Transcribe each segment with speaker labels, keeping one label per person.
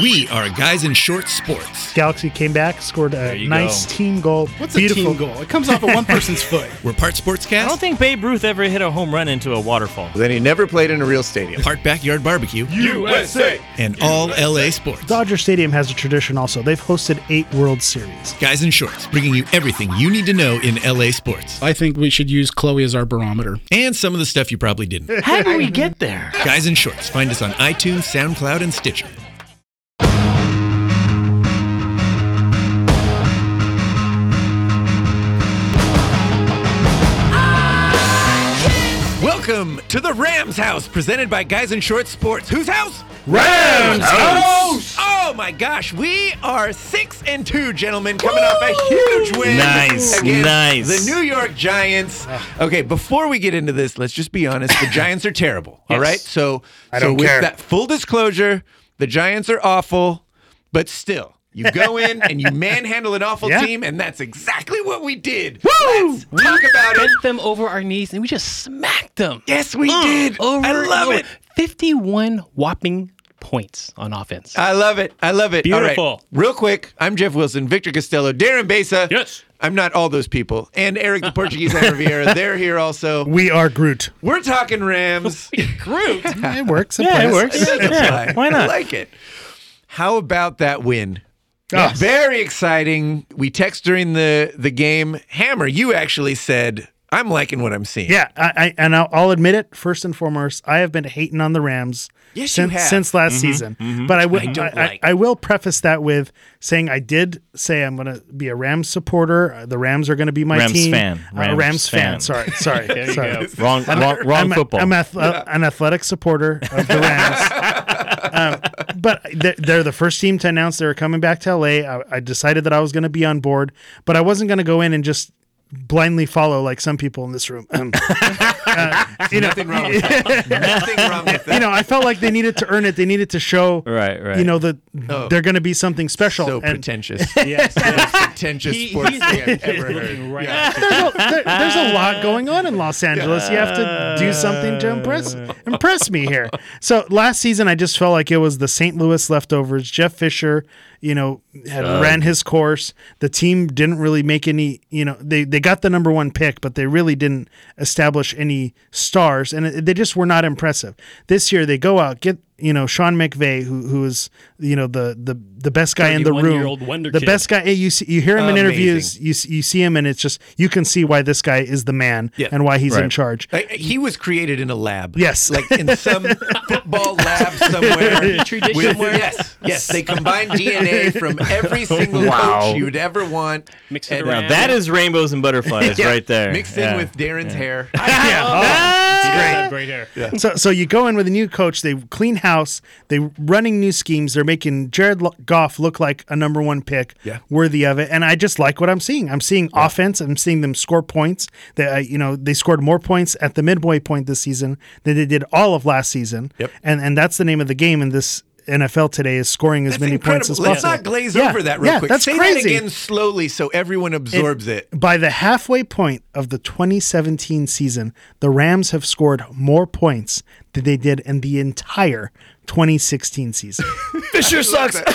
Speaker 1: We are Guys in Short Sports.
Speaker 2: Galaxy came back, scored
Speaker 1: There
Speaker 2: a
Speaker 1: you
Speaker 2: nice
Speaker 1: go.
Speaker 2: team goal.
Speaker 3: What's
Speaker 2: Beautiful.
Speaker 3: a team goal? It comes off of one person's foot.
Speaker 1: We're part sportscast,
Speaker 4: I don't think Babe Ruth ever hit a home run into a waterfall.
Speaker 5: Then he never played in a real stadium.
Speaker 1: part backyard barbecue, USA, and all LA sports.
Speaker 2: Dodger Stadium has a tradition also. They've hosted eight World Series.
Speaker 1: Guys in Shorts, bringing you everything you need to know in LA sports
Speaker 3: I think we should use Chloe as our barometer.
Speaker 1: and some of the stuff you probably didn't.
Speaker 4: How did we get there?
Speaker 1: Guys in Shorts, find us on iTunes, SoundCloud, and Stitcher. Welcome to the Rams House, presented by Guys in Shorts Sports. Whose house?
Speaker 5: Rams!
Speaker 1: Oh my gosh, we are six and two, gentlemen, coming off a huge win.
Speaker 4: Nice,
Speaker 1: against
Speaker 4: nice.
Speaker 1: The New York Giants. Okay, before we get into this, let's just be honest. The Giants are terrible. All
Speaker 4: Yes.
Speaker 1: right, so
Speaker 2: I
Speaker 1: so
Speaker 2: don't
Speaker 1: with
Speaker 2: care.
Speaker 1: that full disclosure, the Giants are awful, but still. You go in and you manhandle an awful
Speaker 2: Yeah.
Speaker 1: team, and that's exactly what we did. Let's talk about it.
Speaker 6: bent them over our knees and we just smacked them. Mm.
Speaker 1: Yes, we did.
Speaker 6: Over
Speaker 1: I
Speaker 6: and
Speaker 1: love
Speaker 6: over.
Speaker 1: it.
Speaker 6: 51 whopping points on offense.
Speaker 1: I love it. I love it. All right.
Speaker 4: Beautiful.
Speaker 1: Real quick, I'm Jeff Wilson, Victor Costello, Darren Besa.
Speaker 4: Yes.
Speaker 1: I'm not all those people. And Eric the Portuguese and Riviera. They're here also.
Speaker 2: We are Groot.
Speaker 1: We're talking Rams.
Speaker 2: it works.
Speaker 4: Yeah, it
Speaker 2: plays.
Speaker 4: works.
Speaker 1: Fine.
Speaker 4: Yeah, why
Speaker 1: I
Speaker 4: not?
Speaker 1: like it. How about that win?
Speaker 2: Ah,
Speaker 1: Very exciting. We text during the, the game. Hammer, you actually said, I'm liking what I'm seeing.
Speaker 2: Yeah, I, I and I'll, I'll admit it. First and foremost, I have been hating on the Rams
Speaker 1: Yes, you
Speaker 2: since,
Speaker 1: have.
Speaker 2: since last season. But I will. I,
Speaker 1: don't
Speaker 2: I-
Speaker 1: like.
Speaker 2: I will preface that with saying I did say I'm going to be a Rams supporter. Uh, The Rams are going to be my
Speaker 4: Rams
Speaker 2: team.
Speaker 4: fan.
Speaker 2: Uh,
Speaker 4: Rams
Speaker 2: Rams fan.
Speaker 4: fan.
Speaker 2: Sorry, sorry, sorry.
Speaker 4: Wrong, wrong, wrong
Speaker 2: I'm a-
Speaker 4: football.
Speaker 2: I'm ath- uh, an athletic supporter of the Rams. um, but they're, they're the first team to announce they were coming back to LA. I, I decided that I was going to be on board, but I wasn't going to go in and just blindly follow like some people in this room. Um, uh, you know,
Speaker 1: Nothing wrong with that. Nothing wrong with that.
Speaker 2: you know, I felt like they needed to earn it. They needed to show,
Speaker 4: Right, right.
Speaker 2: you know, that
Speaker 1: Oh.
Speaker 2: they're going to be something special.
Speaker 1: so
Speaker 2: And-
Speaker 1: pretentious. Yes. pretentious sports thing I've ever heard. Yeah.
Speaker 2: there's, a, there- there's a lot going on in Los Angeles. You have to do something to impress impress me here. So last season, I just felt like it was the St. Louis leftovers. Jeff Fisher, you know, had ran his course. The team didn't really make any. You know, they they got the number one pick, but they really didn't establish any stars, and it, they just were not impressive. This year, they go out get. You know Sean McVay, who who is you know the the the best guy in the room,
Speaker 7: 31-year-old wonder
Speaker 2: the
Speaker 7: kid.
Speaker 2: best guy. You see, you hear him in
Speaker 1: Amazing.
Speaker 2: interviews, you s- you see him and it's just you can see why this guy is the man
Speaker 1: Yeah.
Speaker 2: and why he's in
Speaker 4: Right.
Speaker 2: charge.
Speaker 1: Like, he was created in a lab.
Speaker 2: Yes.
Speaker 1: Like in some football lab somewhere. with- Yes. Yes. They combined DNA from every single
Speaker 4: Wow.
Speaker 1: coach you'd ever want.
Speaker 7: Mix it
Speaker 1: and
Speaker 7: around.
Speaker 4: Now that is rainbows and butterflies right there.
Speaker 1: Mixed
Speaker 4: Yeah.
Speaker 1: in with Darren's hair. Oh.
Speaker 7: great. Great hair.
Speaker 2: Oh. So so you go in with a new coach, they clean house, they running new schemes, they're making Jared Lo- Goff look like a number 1 pick
Speaker 1: Yeah.
Speaker 2: worthy of it and I just like what I'm seeing. I'm seeing offense, I'm seeing them score points. They uh, you know, they scored more points at the midway point this season than they did all of last season.
Speaker 1: Yep.
Speaker 2: And and that's the name of the game in this NFL today is scoring as
Speaker 1: That's
Speaker 2: many
Speaker 1: incredible.
Speaker 2: points as
Speaker 1: Let's
Speaker 2: possible.
Speaker 1: not glaze
Speaker 2: Yeah,
Speaker 1: over that real
Speaker 2: yeah,
Speaker 1: quick.
Speaker 2: That's
Speaker 1: Say
Speaker 2: crazy.
Speaker 1: that again slowly so everyone absorbs it.
Speaker 2: By the halfway point of the 2017 season, the Rams have scored more points than they did in the entire 2016 season.
Speaker 4: Fisher sucks.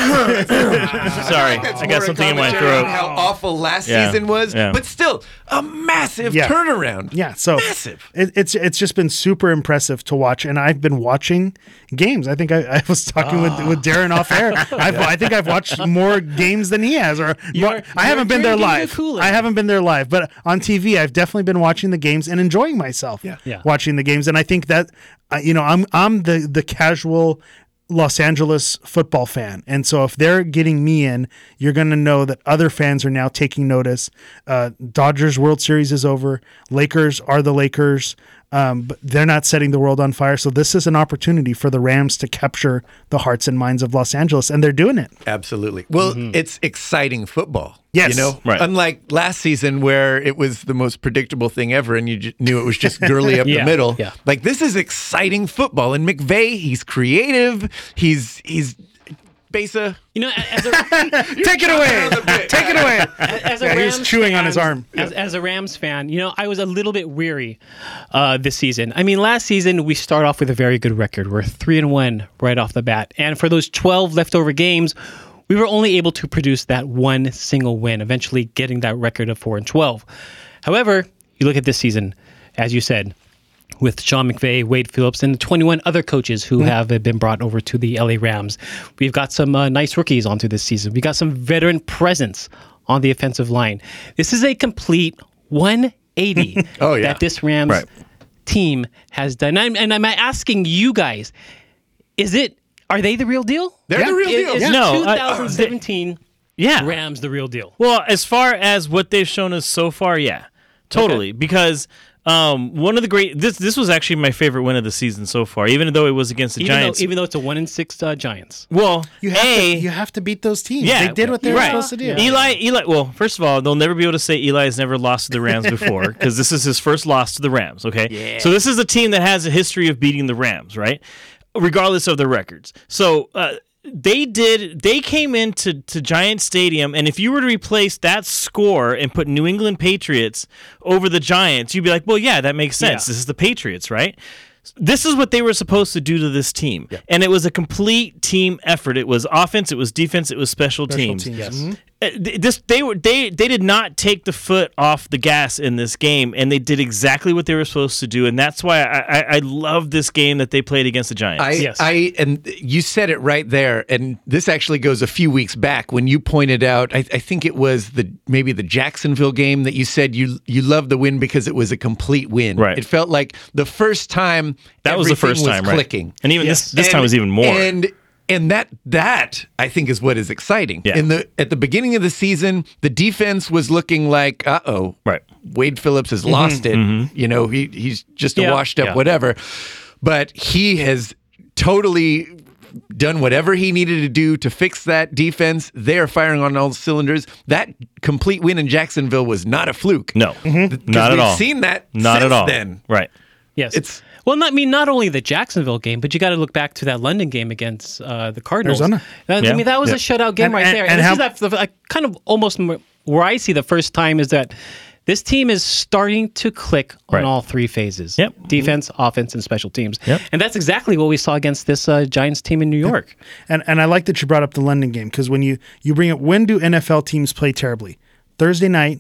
Speaker 4: Sorry, I got
Speaker 1: More
Speaker 4: something in my
Speaker 1: commentary on
Speaker 4: throat.
Speaker 1: How awful last
Speaker 4: Yeah.
Speaker 1: season was,
Speaker 4: Yeah.
Speaker 1: but still a massive
Speaker 2: Yeah.
Speaker 1: turnaround.
Speaker 2: yeah, so
Speaker 1: Massive.
Speaker 2: It, it's it's just been super impressive to watch, and I've been watching games. I think I, I was talking
Speaker 6: Ah.
Speaker 2: with, with Darren off air. I've, I think I've watched more games than he has, or more- I haven't been there
Speaker 6: drinking the
Speaker 2: live.
Speaker 6: Kool-Aid.
Speaker 2: I haven't been there live, but on TV, I've definitely been watching the games and enjoying myself
Speaker 6: Yeah.
Speaker 2: watching the games. And I think that uh, you know I'm I'm the the casual Los Angeles football fan, and so if they're getting me in, you're going to know that other fans are now taking notice. Uh, Dodgers World Series is over. Lakers are the Lakers. Um, but they're not setting the world on fire. So this is an opportunity for the Rams to capture the hearts and minds of Los Angeles, and they're doing it.
Speaker 1: Absolutely. Well, it's exciting football.
Speaker 2: Yes.
Speaker 1: You know,
Speaker 4: Right.
Speaker 1: unlike last season where it was the most predictable thing ever and you j- knew it was just girly up the
Speaker 7: Yeah,
Speaker 1: middle.
Speaker 6: yeah.
Speaker 1: Like this is exciting football and McVay, he's creative. He's he's Spacer.
Speaker 7: You know, a- as a,
Speaker 2: Take it away. Take it away.
Speaker 7: as a
Speaker 2: Yeah,
Speaker 7: Rams
Speaker 2: he was chewing
Speaker 7: fan,
Speaker 2: on his arm.
Speaker 7: As, as a Rams fan, you know, I was a little bit weary uh, this season. I mean, last season we start off with a very good record. We're three and one right off the bat, and for those twelve leftover games, we were only able to produce that one single win, eventually getting that record of four and twelve. However, you look at this season, as you said, with Sean McVay, Wade Phillips, and 21 other coaches who
Speaker 1: Mm-hmm.
Speaker 7: have uh, been brought over to the LA Rams. We've got some uh, nice rookies onto this season. We got some veteran presence on the offensive line. This is a complete 180
Speaker 5: Oh, yeah.
Speaker 7: that this Rams
Speaker 5: Right.
Speaker 7: team has done. And I'm, and I'm asking you guys, is it are they the real deal?
Speaker 1: They're the real
Speaker 7: Is,
Speaker 1: deal.
Speaker 7: is
Speaker 1: Yeah.
Speaker 6: No, uh,
Speaker 7: 2017
Speaker 8: Yeah.
Speaker 7: Rams the real deal?
Speaker 8: Well, as far as what they've shown us so far, yeah, totally. Because um, one of the great this this was actually my favorite win of the season so far, even though it was against the
Speaker 7: Even
Speaker 8: Giants.
Speaker 7: though, even though it's a one in six uh, Giants.
Speaker 8: well,
Speaker 2: You have,
Speaker 8: a
Speaker 2: to, you have to beat those teams.
Speaker 8: yeah,
Speaker 2: they did what they were
Speaker 8: right.
Speaker 2: supposed to do.
Speaker 8: Eli, Eli. Well, first of all, they'll never be able to say Eli has never lost to the Rams before because this is his first loss to the Rams. Okay, so this is a team that has a history of beating the Rams, right? Regardless of their records, so. Uh, they did. They came into to Giant Stadium, and if you were to replace that score and put New England Patriots over the Giants, you'd be like, "Well, yeah, that makes sense. This is the Patriots, right?" this is what they were supposed to do to this team. And it was a complete team effort. It was offense, it was defense, it was special, teams.
Speaker 1: Mm-hmm.
Speaker 8: Uh, th- This they were they they did not take the foot off the gas in this game, and they did exactly what they were supposed to do, and that's why I I, I love this game that they played against the Giants.
Speaker 1: I, I, and you said it right there. And this actually goes a few weeks back when you pointed out. I, I think it was the maybe the Jacksonville game that you said you you loved the win because it was a complete win.
Speaker 8: Right.
Speaker 1: It felt like the first time
Speaker 8: that was the
Speaker 1: everything
Speaker 8: first time, right?
Speaker 1: clicking.
Speaker 8: And even this this time
Speaker 1: And-
Speaker 8: was even more.
Speaker 1: And and that that I think is what is exciting.
Speaker 8: Yeah.
Speaker 1: In the at the beginning of the season, the defense was looking like, uh oh,
Speaker 8: Right.
Speaker 1: Wade Phillips has lost it. You know, he he's just a
Speaker 8: Yeah.
Speaker 1: washed up
Speaker 8: Yeah.
Speaker 1: whatever. But he has totally done whatever he needed to do to fix that defense. They're firing on all cylinders. That complete win in Jacksonville was not a fluke.
Speaker 8: no,
Speaker 1: 'Cause
Speaker 8: not at
Speaker 1: Mm-hmm. we've
Speaker 8: all.
Speaker 1: Seen that
Speaker 8: not at
Speaker 1: since
Speaker 8: all.
Speaker 1: Then
Speaker 8: Right.
Speaker 7: Yes.
Speaker 1: It's-
Speaker 7: well, not, I mean, not only the Jacksonville game, but you got to look back to that London game against uh, the Cardinals.
Speaker 2: Arizona.
Speaker 7: That-
Speaker 8: Yeah.
Speaker 7: I mean, that was
Speaker 8: Yeah.
Speaker 7: a shutout game
Speaker 2: And-
Speaker 7: right
Speaker 2: and-
Speaker 7: there.
Speaker 2: and
Speaker 7: this
Speaker 2: how-
Speaker 7: is that, the, I kind of almost m- where I see the first time is that this team is starting to click on
Speaker 8: Right.
Speaker 7: all three phases:
Speaker 8: Yep.
Speaker 7: defense, offense, and special teams.
Speaker 8: Yep.
Speaker 7: And that's exactly what we saw against this uh, Giants team in New York.
Speaker 2: And and I like that you brought up the London game because when you you bring up when do NFL teams play terribly? Thursday night,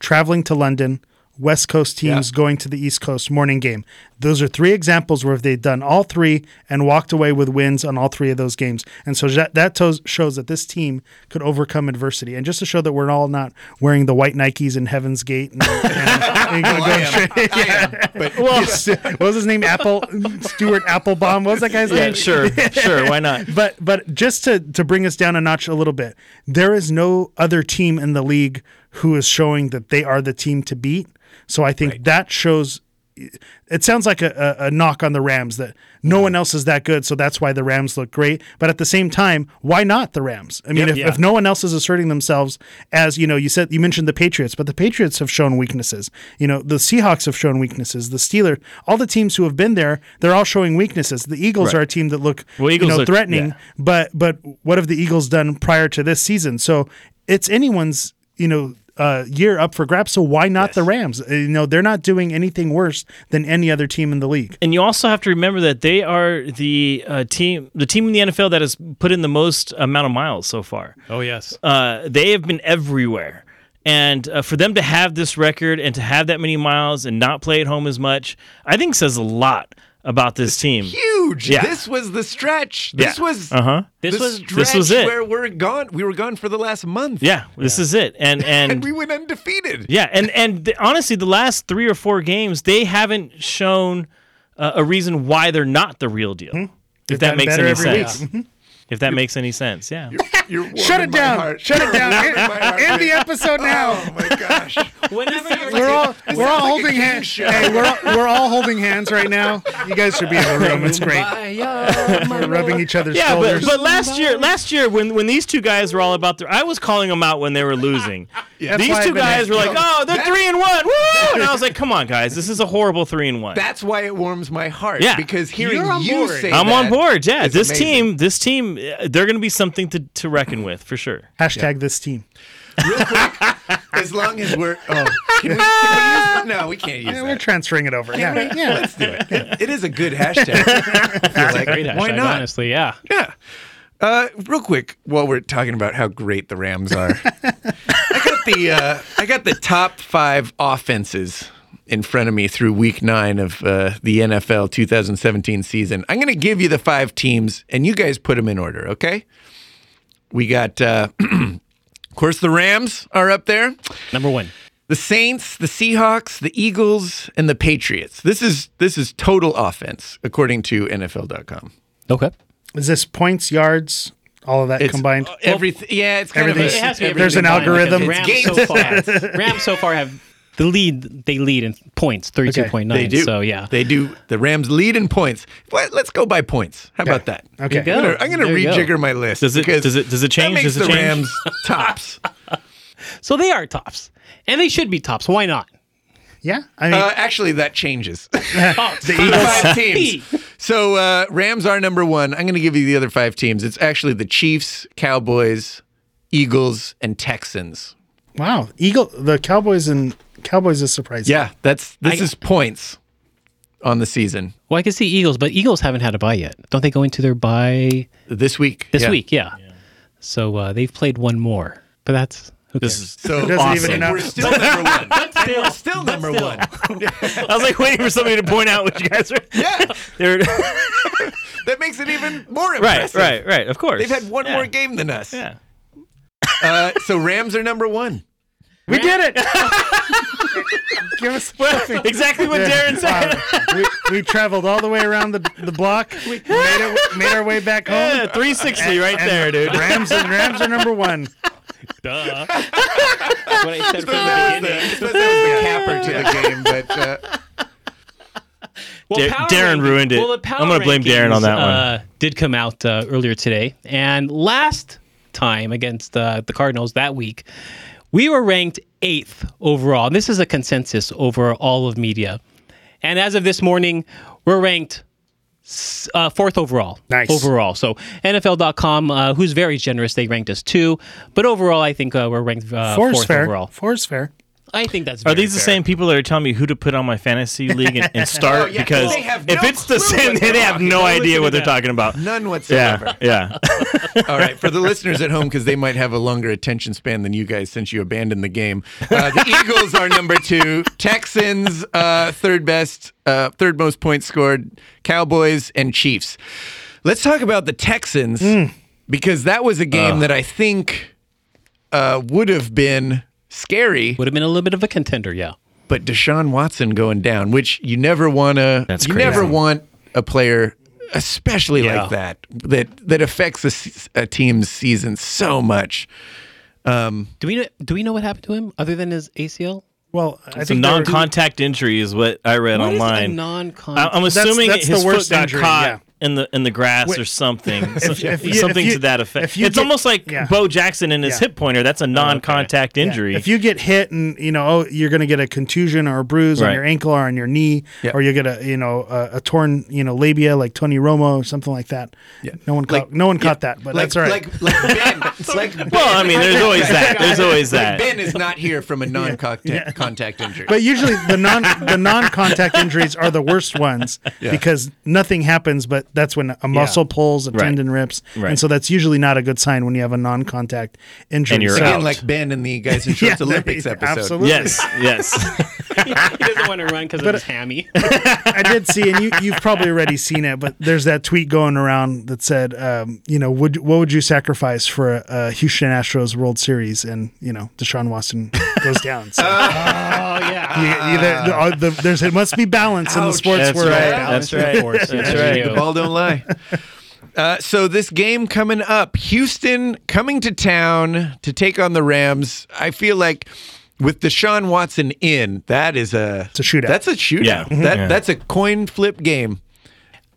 Speaker 2: traveling to London, West Coast teams going to the East Coast morning game. Those are three examples where they've done all three and walked away with wins on all three of those games. And so that that to- shows that this team could overcome adversity. And just to show that we're all not wearing the white Nikes in Heaven's Gate. And, and- and
Speaker 5: Well, I
Speaker 2: going
Speaker 5: am.
Speaker 2: straight-
Speaker 5: I am. But
Speaker 2: well, what was his name? Apple Stuart Applebaum. What was that guy's
Speaker 8: Yeah,
Speaker 2: name?
Speaker 8: sure, sure. Why not?
Speaker 2: but but just to to bring us down a notch a little bit, there is no other team in the league who is showing that they are the team to beat. So I think that shows. It sounds like a, a, a knock on the Rams that no one else is that good, so that's why the Rams look great. But at the same time, why not the Rams? I mean, if, if no one else is asserting themselves as you know, you said you mentioned the Patriots, but the Patriots have shown weaknesses. You know, the Seahawks have shown weaknesses. The Steelers, all the teams who have been there, they're all showing weaknesses. The Eagles are a team that look
Speaker 8: Well,
Speaker 2: you
Speaker 8: Eagles
Speaker 2: know,
Speaker 8: look-
Speaker 2: threatening.
Speaker 8: yeah.
Speaker 2: But but what have the Eagles done prior to this season? So it's anyone's you know uh, year up for grabs. So why not the Rams? Uh, You know they're not doing anything worse than any other team in the league.
Speaker 8: and you also have to remember that they are the uh, team, the team in the NFL that has put in the most amount of miles so far.
Speaker 7: Oh yes.
Speaker 8: Uh, they have been everywhere, and uh, for them to have this record and to have that many miles and not play at home as much, I think says a lot about this team.
Speaker 1: huge.
Speaker 8: Yeah.
Speaker 1: This was the stretch. This
Speaker 8: Yeah.
Speaker 1: was
Speaker 8: Uh-huh.
Speaker 1: This was
Speaker 7: This was-
Speaker 1: stretch
Speaker 8: this was it.
Speaker 1: where we're gone. We were gone for the last month.
Speaker 8: Yeah, this is it, and and,
Speaker 1: and we went undefeated.
Speaker 8: Yeah, and and th- honestly, the last three or four games, they haven't shown uh, a reason why they're not the real deal.
Speaker 2: Hmm.
Speaker 8: If that
Speaker 2: gotten
Speaker 8: makes
Speaker 2: better
Speaker 8: any
Speaker 2: every week. Mm-hmm.
Speaker 8: sense. If that makes any sense, yeah.
Speaker 2: Shut it down. Shut it down. End the episode now.
Speaker 5: oh my gosh,
Speaker 7: Whenever you're
Speaker 2: We're all we're all holding
Speaker 5: King
Speaker 2: hands.
Speaker 5: show.
Speaker 2: Hey, we're all, we're all holding hands right now. You guys should be in the room. It's great. We're rubbing each other's
Speaker 8: Yeah, but,
Speaker 2: shoulders.
Speaker 8: but last year, last year when when these two guys were all about their, I was calling them out when they were losing.
Speaker 2: why
Speaker 8: These
Speaker 2: I've
Speaker 8: two
Speaker 2: been
Speaker 8: guys were like,
Speaker 1: No,
Speaker 8: "Oh, they're
Speaker 1: that-
Speaker 8: three and one, woo!" And I was like, "Come on, guys, this is a horrible three and one."
Speaker 1: That's why it warms my heart.
Speaker 8: Yeah.
Speaker 1: Because hearing
Speaker 7: You're on
Speaker 1: you
Speaker 7: board.
Speaker 1: say
Speaker 8: I'm on
Speaker 1: that
Speaker 8: board. Yeah,
Speaker 1: is
Speaker 8: this
Speaker 1: amazing.
Speaker 8: team, this team uh, they're going to be something to, to reckon with for sure.
Speaker 2: Hashtag this team.
Speaker 1: As long as we're oh, can we, can we use, no, we can't use
Speaker 2: Yeah,
Speaker 1: that.
Speaker 2: we're transferring it over.
Speaker 1: Can
Speaker 2: Yeah.
Speaker 1: we?
Speaker 2: yeah.
Speaker 1: Let's do it. It- It is a good hashtag. I feel like,
Speaker 7: Great
Speaker 1: why
Speaker 7: hashtag,
Speaker 1: not?
Speaker 7: Honestly, yeah.
Speaker 1: Yeah. Uh, real quick, while we're talking about how great the Rams are, I got the uh, I got the top five offenses in front of me through Week Nine of uh, the NFL 2017 season. I'm going to give you the five teams, and you guys put them in order, okay? We got, uh, of course, the Rams are up there
Speaker 7: Number one.
Speaker 1: the Saints, the Seahawks, the Eagles, and the Patriots. This is this is total offense according to NFL.com.
Speaker 7: Okay.
Speaker 2: Is this points, yards, all of that
Speaker 1: It's uh,
Speaker 2: combined?
Speaker 1: everything. Yeah, it's kind
Speaker 2: everything's-
Speaker 1: of
Speaker 7: It
Speaker 1: a,
Speaker 7: has to be
Speaker 2: There's an
Speaker 7: everything combined,
Speaker 2: algorithm.
Speaker 7: because
Speaker 1: It's
Speaker 7: Rams so far. Rams so far have the lead. They lead in points, thirty-two point nine.
Speaker 1: they do.
Speaker 7: So yeah.
Speaker 1: they do. The Rams lead in points. Well, let's go by points. How about that?
Speaker 2: Okay.
Speaker 7: There you
Speaker 1: I'm
Speaker 7: go.
Speaker 1: gonna, I'm gonna
Speaker 7: There you go.
Speaker 1: rejigger my list.
Speaker 8: Does it-
Speaker 1: because
Speaker 8: does it- does it change?
Speaker 1: That makes
Speaker 8: Does it
Speaker 1: the
Speaker 8: change?
Speaker 1: Rams tops.
Speaker 7: So they are tops, and they should be tops. Why not?
Speaker 2: Yeah. I mean,
Speaker 1: Uh, actually, that changes.
Speaker 7: Tops.
Speaker 1: the five teams. So uh, Rams are number one. I'm going to give you the other five teams. It's actually the Chiefs, Cowboys, Eagles, and Texans.
Speaker 2: wow. Eagle, the Cowboys and Cowboys is surprising.
Speaker 1: Yeah, that's this
Speaker 7: I-
Speaker 1: is points on the season
Speaker 7: Well, I can see Eagles, but Eagles haven't had a bye yet. Don't they go into their bye
Speaker 1: this week.
Speaker 7: this
Speaker 1: yeah.
Speaker 7: week? Yeah. So uh, they've played one more, but that's who
Speaker 8: This
Speaker 7: cares?
Speaker 8: is,
Speaker 1: So
Speaker 2: doesn't even
Speaker 1: And
Speaker 2: enough.
Speaker 1: we're still number one. And we're still number one.
Speaker 8: I was like waiting for somebody to point out what you guys are.
Speaker 1: Yeah,
Speaker 8: They're,
Speaker 1: that makes it even more
Speaker 8: right,
Speaker 1: impressive.
Speaker 8: right, right. Of course.
Speaker 1: They've had one
Speaker 8: Yeah,
Speaker 1: more game than us.
Speaker 8: Yeah.
Speaker 1: Uh, so Rams are number one.
Speaker 2: We did it. Give us
Speaker 8: exactly what Darren said.
Speaker 2: Wow. we, we traveled all the way around the, the block. We made, it, made our way back home.
Speaker 8: Yeah, 360 right
Speaker 2: And
Speaker 8: there, dude.
Speaker 2: Rams and Rams are number one.
Speaker 7: That's what I said from the
Speaker 1: I
Speaker 7: beginning.
Speaker 1: suppose that was the capper to the game, but uh,
Speaker 8: Dar-
Speaker 7: Power
Speaker 8: Darren
Speaker 7: Rankings-
Speaker 8: ruined it.
Speaker 7: the Power
Speaker 8: I'm gonna blame Darren on that one.
Speaker 7: Uh, did come out uh, earlier today, and last time against uh, the Cardinals that week, we were ranked eighth overall. And this is a consensus over all of media. And as of this morning, we're ranked s- uh, fourth overall.
Speaker 2: Nice.
Speaker 7: Overall. So NFL.com, uh, who's very generous, they ranked us two. But overall, I think uh, we're ranked uh,
Speaker 2: Four's
Speaker 7: fourth
Speaker 2: fair.
Speaker 7: overall.
Speaker 2: Four's fair.
Speaker 7: I think that's
Speaker 8: Are
Speaker 7: very
Speaker 8: these the
Speaker 7: fair.
Speaker 8: same people that are telling me who to put on my fantasy league and, and start?
Speaker 1: Oh, yeah, 'cause
Speaker 8: because
Speaker 1: they have
Speaker 8: if
Speaker 1: no
Speaker 8: it's the
Speaker 1: clue
Speaker 8: same,
Speaker 1: what
Speaker 8: they
Speaker 1: they're
Speaker 8: have
Speaker 1: talking
Speaker 8: no
Speaker 1: about.
Speaker 8: idea what they're talking about.
Speaker 1: none whatsoever.
Speaker 8: Yeah, yeah.
Speaker 1: All right, for the listeners at home, because they might have a longer attention span than you guys since you abandoned the game. Uh, the Eagles are number two. Texans uh, third best, uh, third most points scored. Cowboys and Chiefs. Let's talk about the Texans because that was a game that I think uh, would have been scary,
Speaker 7: Would have been a little bit of a contender, yeah.
Speaker 1: but Deshaun Watson going down, which you never want to.
Speaker 8: That's
Speaker 1: you
Speaker 8: crazy.
Speaker 1: never want a player. Especially like
Speaker 7: Yeah.
Speaker 1: that, that that affects a, se- a team's season so much.
Speaker 7: Do we know, do we know what happened to him other than his ACL?
Speaker 2: Well, I
Speaker 8: It's a
Speaker 2: think they were-
Speaker 8: non-contact injury is what I read
Speaker 2: Oh,
Speaker 7: What is
Speaker 8: online.
Speaker 7: a
Speaker 8: I-
Speaker 7: non-contact?
Speaker 8: I'm
Speaker 2: That's-
Speaker 8: assuming
Speaker 2: that's
Speaker 8: his
Speaker 2: the worst
Speaker 8: foot got
Speaker 2: injury,
Speaker 8: caught
Speaker 2: yeah.
Speaker 8: in the in the grass
Speaker 2: Wait.
Speaker 8: or something,
Speaker 2: If-
Speaker 8: So-
Speaker 2: if you-
Speaker 8: something
Speaker 2: if you-
Speaker 8: to that effect.
Speaker 2: if you
Speaker 8: it's
Speaker 2: get-
Speaker 8: almost like
Speaker 2: yeah.
Speaker 8: Bo Jackson and his
Speaker 2: Yeah. Oh,
Speaker 8: hip pointer. That's a non-contact
Speaker 2: Yeah.
Speaker 8: injury.
Speaker 2: If you get hit and you know, oh, you're going to get a contusion or a bruise on
Speaker 8: Right.
Speaker 2: your ankle or on your knee, or you get a you know a, a torn you know labia like Tony Romo or something like that. No one
Speaker 1: Like-
Speaker 2: caught no one
Speaker 1: yeah.
Speaker 2: caught that, but that's all right.
Speaker 1: Like, like Ben. It's like ben.
Speaker 8: well, I mean, there's always that. There's always
Speaker 1: Like
Speaker 8: that.
Speaker 1: ben is not here from a non-contact contact injury.
Speaker 2: but usually the non the non contact injuries are the worst ones because nothing happens, but that's when a muscle pulls, a
Speaker 8: Right.
Speaker 2: tendon rips,
Speaker 8: Right.
Speaker 2: and so that's usually not a good sign when you have a non contact injury.
Speaker 8: And you're
Speaker 2: so,
Speaker 8: out.
Speaker 1: Again, like Ben in the Guys in
Speaker 2: Yeah,
Speaker 1: Shorts Olympics
Speaker 2: there-
Speaker 1: episode.
Speaker 2: absolutely.
Speaker 8: yes, yes.
Speaker 7: he doesn't want to run because of his hammy.
Speaker 2: I did see, and you, you've probably already seen it, but there's that tweet going around that said, um, you know, would what would you sacrifice for a, a Houston Astros World Series? And you know, Deshaun Watson goes down. So. oh yeah, the, the, there's it must be balance in the
Speaker 1: Ouch.
Speaker 2: sports
Speaker 8: That's
Speaker 2: world.
Speaker 8: right. That's right. That's right.
Speaker 1: The ball don't lie. Uh, so this game coming up, Houston coming to town to take on the Rams. I feel like with Deshaun Watson in, that is a
Speaker 2: It's a shootout.
Speaker 1: That's a shootout.
Speaker 8: Yeah.
Speaker 1: That
Speaker 8: Yeah.
Speaker 1: that's a coin flip game.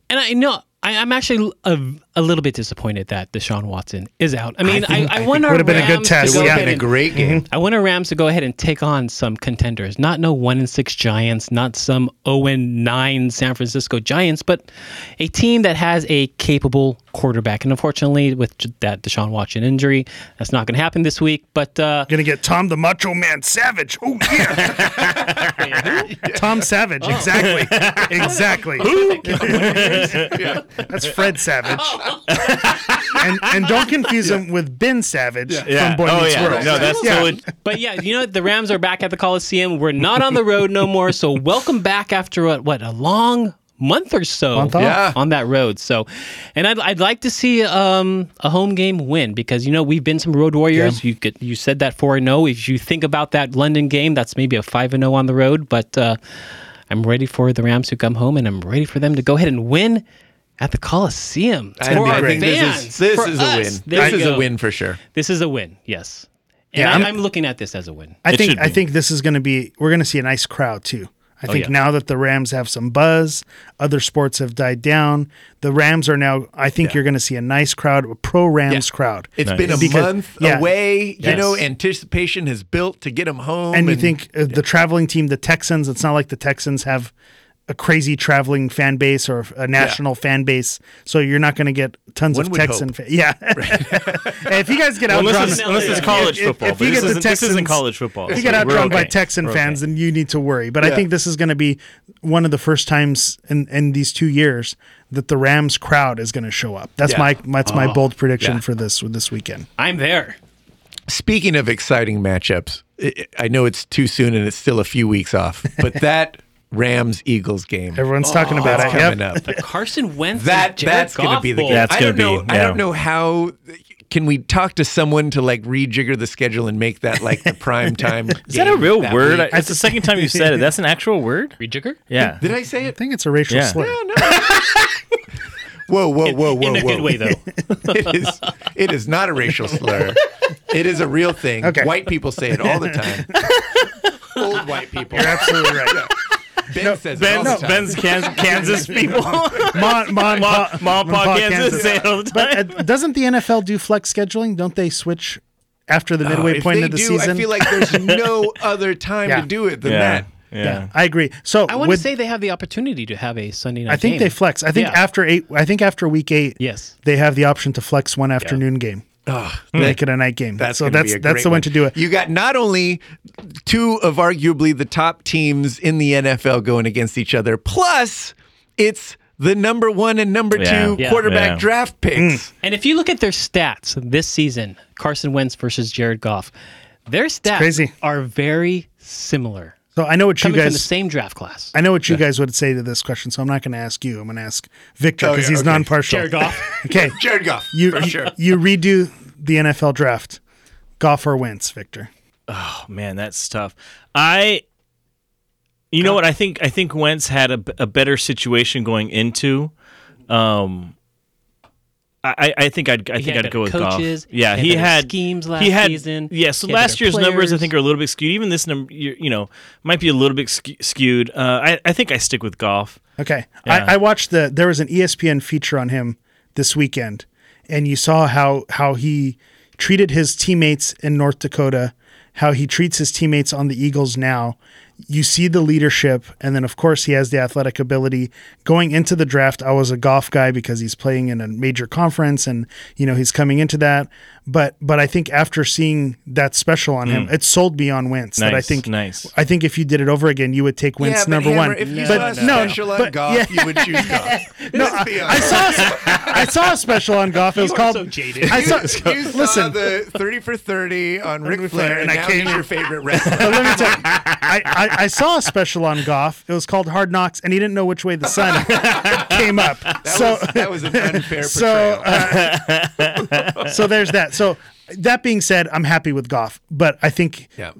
Speaker 7: And I know I, I'm actually uh, a little bit disappointed that Deshaun Watson is out. I mean, I, I, want
Speaker 2: think
Speaker 7: our
Speaker 2: would've been a good
Speaker 7: Rams to
Speaker 2: test.
Speaker 7: go
Speaker 2: Yeah. Mm-hmm.
Speaker 7: ahead
Speaker 2: Been a
Speaker 7: and-
Speaker 1: great game.
Speaker 7: I want our Rams to go ahead and take on some contenders, not no one and six Giants, not some zero and nine San Francisco Giants, but a team that has a capable quarterback. And unfortunately, with j- that Deshaun Watson injury, that's not going to happen this week. But uh,
Speaker 2: Gonna get Tom the Macho Man Savage. Oh yeah, Tom Savage.
Speaker 8: Oh.
Speaker 2: Exactly, exactly. That's Fred Savage. and and don't confuse him with Ben Savage
Speaker 8: Yeah.
Speaker 2: from Boy
Speaker 8: oh
Speaker 2: Meets
Speaker 8: yeah.
Speaker 2: World.
Speaker 8: No, that's
Speaker 2: Yeah.
Speaker 8: so. It,
Speaker 7: but yeah, you know the Rams are back at the Coliseum. We're not on the road no more. So welcome back after a, what a long month or so
Speaker 2: Month off.
Speaker 1: Yeah.
Speaker 7: on that road. So, and I'd, I'd like to see um, a home game win because you know we've been some road warriors. You could you said that four and zero. If you think about that London game, that's maybe a five and zero on the road. But uh, I'm ready for the Rams to come home, and I'm ready for them to go ahead and win. At the Coliseum.
Speaker 1: I,
Speaker 7: For our
Speaker 1: I think this
Speaker 7: fans,
Speaker 1: is this
Speaker 7: for
Speaker 1: is a
Speaker 7: us.
Speaker 1: win.
Speaker 7: There
Speaker 1: This
Speaker 7: you
Speaker 1: is
Speaker 7: go.
Speaker 1: a win for sure.
Speaker 7: This is a win, yes. And
Speaker 2: Yeah,
Speaker 7: I,
Speaker 2: I'm-
Speaker 7: I'm, looking at this as a win.
Speaker 2: I
Speaker 8: It
Speaker 2: think
Speaker 8: should
Speaker 2: I
Speaker 8: be. Oh,
Speaker 2: think this is going to be we're going to see a nice crowd too. I think
Speaker 7: yeah.
Speaker 2: now that the Rams have some buzz, other sports have died down. The Rams are now. I think you're going to see a nice crowd, a pro Rams crowd.
Speaker 1: It's been a
Speaker 2: Because-
Speaker 1: month
Speaker 2: yeah.
Speaker 1: away. You
Speaker 2: Yes.
Speaker 1: know, anticipation has built to get him home.
Speaker 2: and you think uh, the traveling team, the Texans, it's not like the Texans have a crazy traveling fan base or a national fan base, so you're not going to get tons
Speaker 1: One
Speaker 2: of
Speaker 1: would
Speaker 2: Texan. Fa- yeah, Hey, if you guys get
Speaker 8: unless,
Speaker 2: outdrawn,
Speaker 8: it's, unless it's college
Speaker 2: if- if-
Speaker 8: football.
Speaker 2: if
Speaker 8: but
Speaker 2: you
Speaker 8: this,
Speaker 2: get the
Speaker 8: isn't, this isn't
Speaker 2: Texans-
Speaker 8: college football.
Speaker 2: if you
Speaker 8: so
Speaker 2: get
Speaker 8: we're
Speaker 2: outdrawn by
Speaker 8: okay.
Speaker 2: Texan
Speaker 8: We're okay.
Speaker 2: fans, then you need to worry. But I think this is going to be one of the first times in, in these two years that the Rams crowd is going to show up. That's
Speaker 1: Yeah.
Speaker 2: my that's
Speaker 8: Oh.
Speaker 2: my bold prediction
Speaker 1: yeah.
Speaker 2: for this this weekend.
Speaker 7: I'm there.
Speaker 1: Speaking of exciting matchups, I- I know it's too soon and it's still a few weeks off, but that Rams Eagles game
Speaker 2: Everyone's
Speaker 8: Oh,
Speaker 2: talking about it.
Speaker 1: that's coming
Speaker 2: Yep.
Speaker 1: up.
Speaker 7: Carson Wentz.
Speaker 1: That that's going to be the game.
Speaker 8: That's
Speaker 1: I don't
Speaker 8: gonna
Speaker 1: know.
Speaker 8: be-
Speaker 1: I
Speaker 8: yeah.
Speaker 1: don't know how. Can we talk to someone to like rejigger the schedule and make that like the prime time?
Speaker 8: Is that a real word?
Speaker 1: week?
Speaker 8: I- It's the second time you said it. That's an actual word.
Speaker 7: Rejigger?
Speaker 8: Yeah.
Speaker 1: Did I say it?
Speaker 2: I think it's a racial
Speaker 8: Yeah.
Speaker 2: slur.
Speaker 1: Whoa, whoa, whoa, whoa,
Speaker 7: In a
Speaker 1: whoa!
Speaker 7: good way, though.
Speaker 1: it is. It is not a racial slur. It is a real thing.
Speaker 2: Okay.
Speaker 1: White people say it all the time. Old white people.
Speaker 2: You're absolutely right.
Speaker 1: Ben says it all
Speaker 8: Ben's,
Speaker 1: the time.
Speaker 8: Ben's Kansas, Kansas people.
Speaker 2: Mon, mon,
Speaker 8: Ma-
Speaker 2: pa-
Speaker 8: Ma-
Speaker 2: mon
Speaker 8: Pa
Speaker 2: pa
Speaker 8: Kansas, say it all the
Speaker 2: But uh,
Speaker 8: time.
Speaker 2: doesn't the NFL do flex scheduling? Don't they switch after the midway
Speaker 1: If
Speaker 2: point
Speaker 1: they
Speaker 2: of the
Speaker 1: do,
Speaker 2: season?
Speaker 1: I feel like there's no other time
Speaker 2: Yeah.
Speaker 1: to do it than
Speaker 8: Yeah.
Speaker 1: that.
Speaker 8: Yeah.
Speaker 2: I agree. So
Speaker 7: I want
Speaker 2: with-
Speaker 7: to say they have the opportunity to have a Sunday night.
Speaker 2: I think
Speaker 7: game.
Speaker 2: they flex. I think
Speaker 7: Yeah.
Speaker 2: after eight. I think after week eight.
Speaker 7: Yes.
Speaker 2: they have the option to flex one afternoon game, make it a night game.
Speaker 1: That's
Speaker 2: so
Speaker 1: gonna
Speaker 2: that's
Speaker 1: be a
Speaker 2: that's
Speaker 1: great
Speaker 2: the one
Speaker 1: one
Speaker 2: to do it.
Speaker 1: You got not only two of arguably the top teams in the NFL going against each other, plus it's the number one and number
Speaker 8: Yeah.
Speaker 1: two
Speaker 8: Yeah.
Speaker 1: quarterback
Speaker 8: Yeah.
Speaker 1: draft
Speaker 2: Hmm.
Speaker 1: picks.
Speaker 7: And if you look at their stats this season, Carson Wentz versus Jared Goff, their stats
Speaker 2: crazy.
Speaker 7: are very similar.
Speaker 2: So I know what you
Speaker 7: Coming from the
Speaker 2: guys.
Speaker 7: same draft class.
Speaker 2: I know what you guys would say to this question, so I'm not going to ask you. I'm going to ask Victor because
Speaker 1: Oh, yeah,
Speaker 2: he's
Speaker 1: okay.
Speaker 2: non-partial.
Speaker 7: Jared Goff.
Speaker 2: Okay,
Speaker 1: Jared Goff,
Speaker 2: you
Speaker 1: for
Speaker 2: you-
Speaker 1: sure.
Speaker 2: you redo the NFL draft. Goff or Wentz, Victor?
Speaker 8: Oh, man, that's tough. I, you know what? I think I think Wentz had a, b- a better situation going into. Um, I, I- I think I'd I think
Speaker 7: had
Speaker 8: I'd go with
Speaker 7: better coaches,
Speaker 8: Goff. Yeah, he
Speaker 7: he had better
Speaker 8: had
Speaker 7: schemes
Speaker 8: he
Speaker 7: last
Speaker 8: had,
Speaker 7: season,
Speaker 8: Yeah, so
Speaker 7: he had
Speaker 8: last
Speaker 7: better
Speaker 8: year's numbers I
Speaker 7: players.
Speaker 8: think are a little bit skewed. Even this number, you, you know, might be a little bit ske- skewed. Uh, I I think I stick with Goff.
Speaker 2: Okay.
Speaker 8: Yeah.
Speaker 2: I, I watched the there was an E ESPN feature on him this weekend, and you saw how how he treated his teammates in North Dakota, how he treats his teammates on the Eagles now. You see the leadership, and then of course he has the athletic ability. Going into the draft, I was a golf guy because he's playing in a major conference, and you know he's coming into that. But but I think after seeing that special on him, it sold me on Wentz. that I
Speaker 8: Mm. Nice,
Speaker 2: think
Speaker 8: nice.
Speaker 2: I think if you did it over again, you would take Wentz
Speaker 1: but
Speaker 2: number
Speaker 1: Hammer,
Speaker 2: one.
Speaker 1: If you
Speaker 2: but
Speaker 1: saw a special on
Speaker 2: but-
Speaker 1: Goff,
Speaker 2: yeah.
Speaker 1: you would choose Goff. no,
Speaker 2: I saw, a sp- I saw a special on golf. It was called.
Speaker 7: so jaded.
Speaker 2: I saw.
Speaker 1: you saw
Speaker 2: listen,
Speaker 1: the 30 for 30 on Ric Flair, and,
Speaker 2: and I
Speaker 1: now
Speaker 2: came-
Speaker 1: he's your favorite wrestler.
Speaker 2: but let me tell you, I, I, I saw a special on golf. It was called Hard Knocks, and he didn't know which way the sun came up. so
Speaker 1: that, was, that was an unfair portrayal.
Speaker 2: so uh, so there's that. So that being said, I'm happy with golf, but I think
Speaker 1: yeah.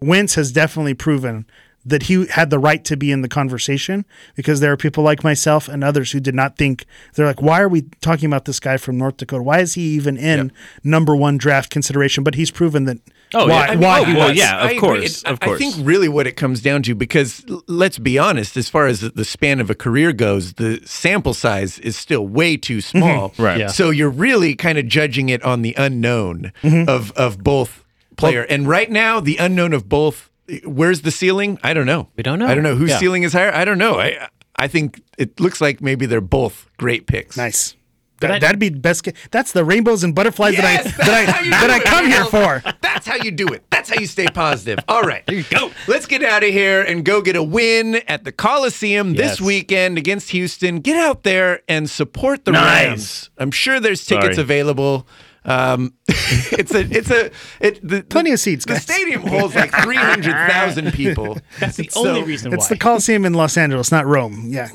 Speaker 2: Wentz has definitely proven that he had the right to be in the conversation because there are people like myself and others who did not think they're like, why are we talking about this guy from North Dakota? Why is he even in number one draft consideration? But he's proven that.
Speaker 8: Oh,
Speaker 2: why,
Speaker 8: yeah. I mean,
Speaker 2: why
Speaker 8: oh,
Speaker 2: he
Speaker 8: well,
Speaker 2: was.
Speaker 8: yeah, of
Speaker 1: I agree.
Speaker 8: course,
Speaker 1: It-
Speaker 8: of
Speaker 1: I-
Speaker 8: course.
Speaker 1: I think really what it comes down to, because l- let's be honest, as far as the- the span of a career goes, the sample size is still way too small.
Speaker 8: Mm-hmm. Right. Yeah.
Speaker 1: So you're really kind of judging it on the unknown
Speaker 8: Mm-hmm.
Speaker 1: of of both player. and right now, the unknown of both. eh, Where's the ceiling? I don't know. We
Speaker 7: don't know.
Speaker 1: I don't know whose
Speaker 7: Yeah.
Speaker 1: ceiling is higher. I don't know. I I think it looks like maybe they're both great picks.
Speaker 2: Nice. That, that'd be best. ca- That's the rainbows and butterflies
Speaker 1: Yes,
Speaker 2: that I
Speaker 1: that's how
Speaker 2: that I
Speaker 1: you
Speaker 2: that
Speaker 1: do
Speaker 2: I
Speaker 1: it,
Speaker 2: come here for.
Speaker 1: Harold. That's how you do it. That's how you stay positive. All right. There you go. Let's get out of here and go get a win at the Coliseum
Speaker 7: Yes.
Speaker 1: this weekend against Houston. Get out there and support the
Speaker 8: Nice.
Speaker 1: Rams. I'm sure there's tickets
Speaker 8: Sorry.
Speaker 1: available. Um, it's a, it's a, it, the,
Speaker 2: Plenty of seats,
Speaker 1: The
Speaker 2: guys.
Speaker 1: stadium holds like 300,000 people. That's
Speaker 7: the only reason
Speaker 2: It's
Speaker 7: why.
Speaker 2: the Coliseum in Los Angeles, not Rome. Yeah,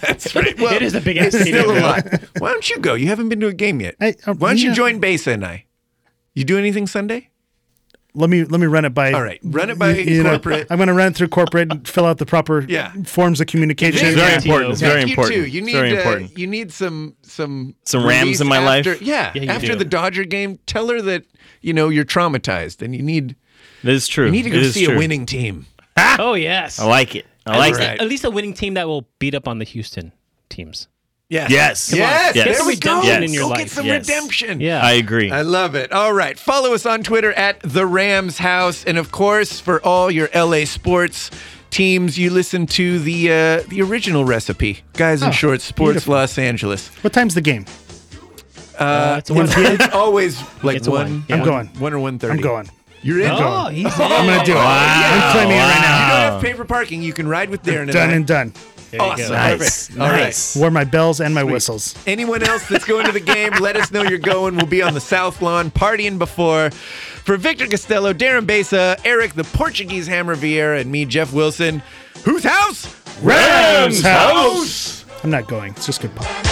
Speaker 1: That's right. Well,
Speaker 7: It is a big-ass
Speaker 1: it's
Speaker 7: stadium,
Speaker 1: Still a
Speaker 7: though.
Speaker 1: lot. Why don't you go? You haven't been to a game yet.
Speaker 2: I- uh,
Speaker 1: Why don't you
Speaker 2: yeah.
Speaker 1: join Besa and I? You do anything Sunday?
Speaker 2: let me let me run it by.
Speaker 1: All right, run it by
Speaker 2: know,
Speaker 1: corporate.
Speaker 2: I'm going to run it through corporate and fill out the proper
Speaker 1: Yeah.
Speaker 2: forms of communication.
Speaker 8: It's
Speaker 1: Yeah.
Speaker 8: very important. It's
Speaker 1: Yeah,
Speaker 8: very
Speaker 1: you
Speaker 8: important.
Speaker 1: Too. You
Speaker 8: It's
Speaker 1: need
Speaker 8: very
Speaker 1: uh,
Speaker 8: important.
Speaker 1: You need some some
Speaker 8: Some Rams
Speaker 1: release
Speaker 8: in my life?
Speaker 1: after- Yeah,
Speaker 7: you
Speaker 1: after
Speaker 7: do.
Speaker 1: the Dodger game, tell her that you know you're traumatized and you need
Speaker 8: It is true.
Speaker 1: you need to go
Speaker 8: It is
Speaker 1: see
Speaker 8: true.
Speaker 1: a winning team.
Speaker 7: Oh yes.
Speaker 8: I like it. I
Speaker 7: At
Speaker 8: like
Speaker 7: least,
Speaker 8: it.
Speaker 1: Right.
Speaker 7: at least a winning team that will beat up on the Houston teams.
Speaker 1: Yes,
Speaker 8: Yes. Come on.
Speaker 1: yes.
Speaker 8: Yes.
Speaker 1: There
Speaker 8: Get some
Speaker 1: we go.
Speaker 7: redemption in your
Speaker 1: go
Speaker 7: life.
Speaker 1: get some
Speaker 8: Yes.
Speaker 1: redemption.
Speaker 7: Yeah.
Speaker 8: I agree.
Speaker 1: I love it. All right. Follow us on Twitter at The Rams House. And of course, for all your LA sports teams, you listen to the uh, the original recipe, Guys
Speaker 2: Oh,
Speaker 1: in Shorts Sports Los Angeles.
Speaker 2: What time's the game?
Speaker 7: Uh, it's a one-
Speaker 1: It's always like
Speaker 7: It's a
Speaker 1: one.
Speaker 7: one.
Speaker 2: I'm
Speaker 1: one-
Speaker 2: going.
Speaker 1: One or one thirty.
Speaker 2: I'm going.
Speaker 1: You're in.
Speaker 7: oh, he's
Speaker 2: I'm going to do it. I'm claiming it right now.
Speaker 1: You don't have paper parking. You can ride with Darren.
Speaker 2: Done and
Speaker 1: and
Speaker 2: done.
Speaker 1: I. awesome.
Speaker 8: Nice.
Speaker 1: Perfect. All right.
Speaker 8: Nice.
Speaker 2: Wore my bells and my whistles.
Speaker 1: Anyone else that's going to the game, let us know you're going. We'll be on the South Lawn partying before. For Victor Costello, Darren Besa, Eric the Portuguese Hammer Vieira, and me, Jeff Wilson. Whose house?
Speaker 2: Rams House! I'm not going. It's just good pop.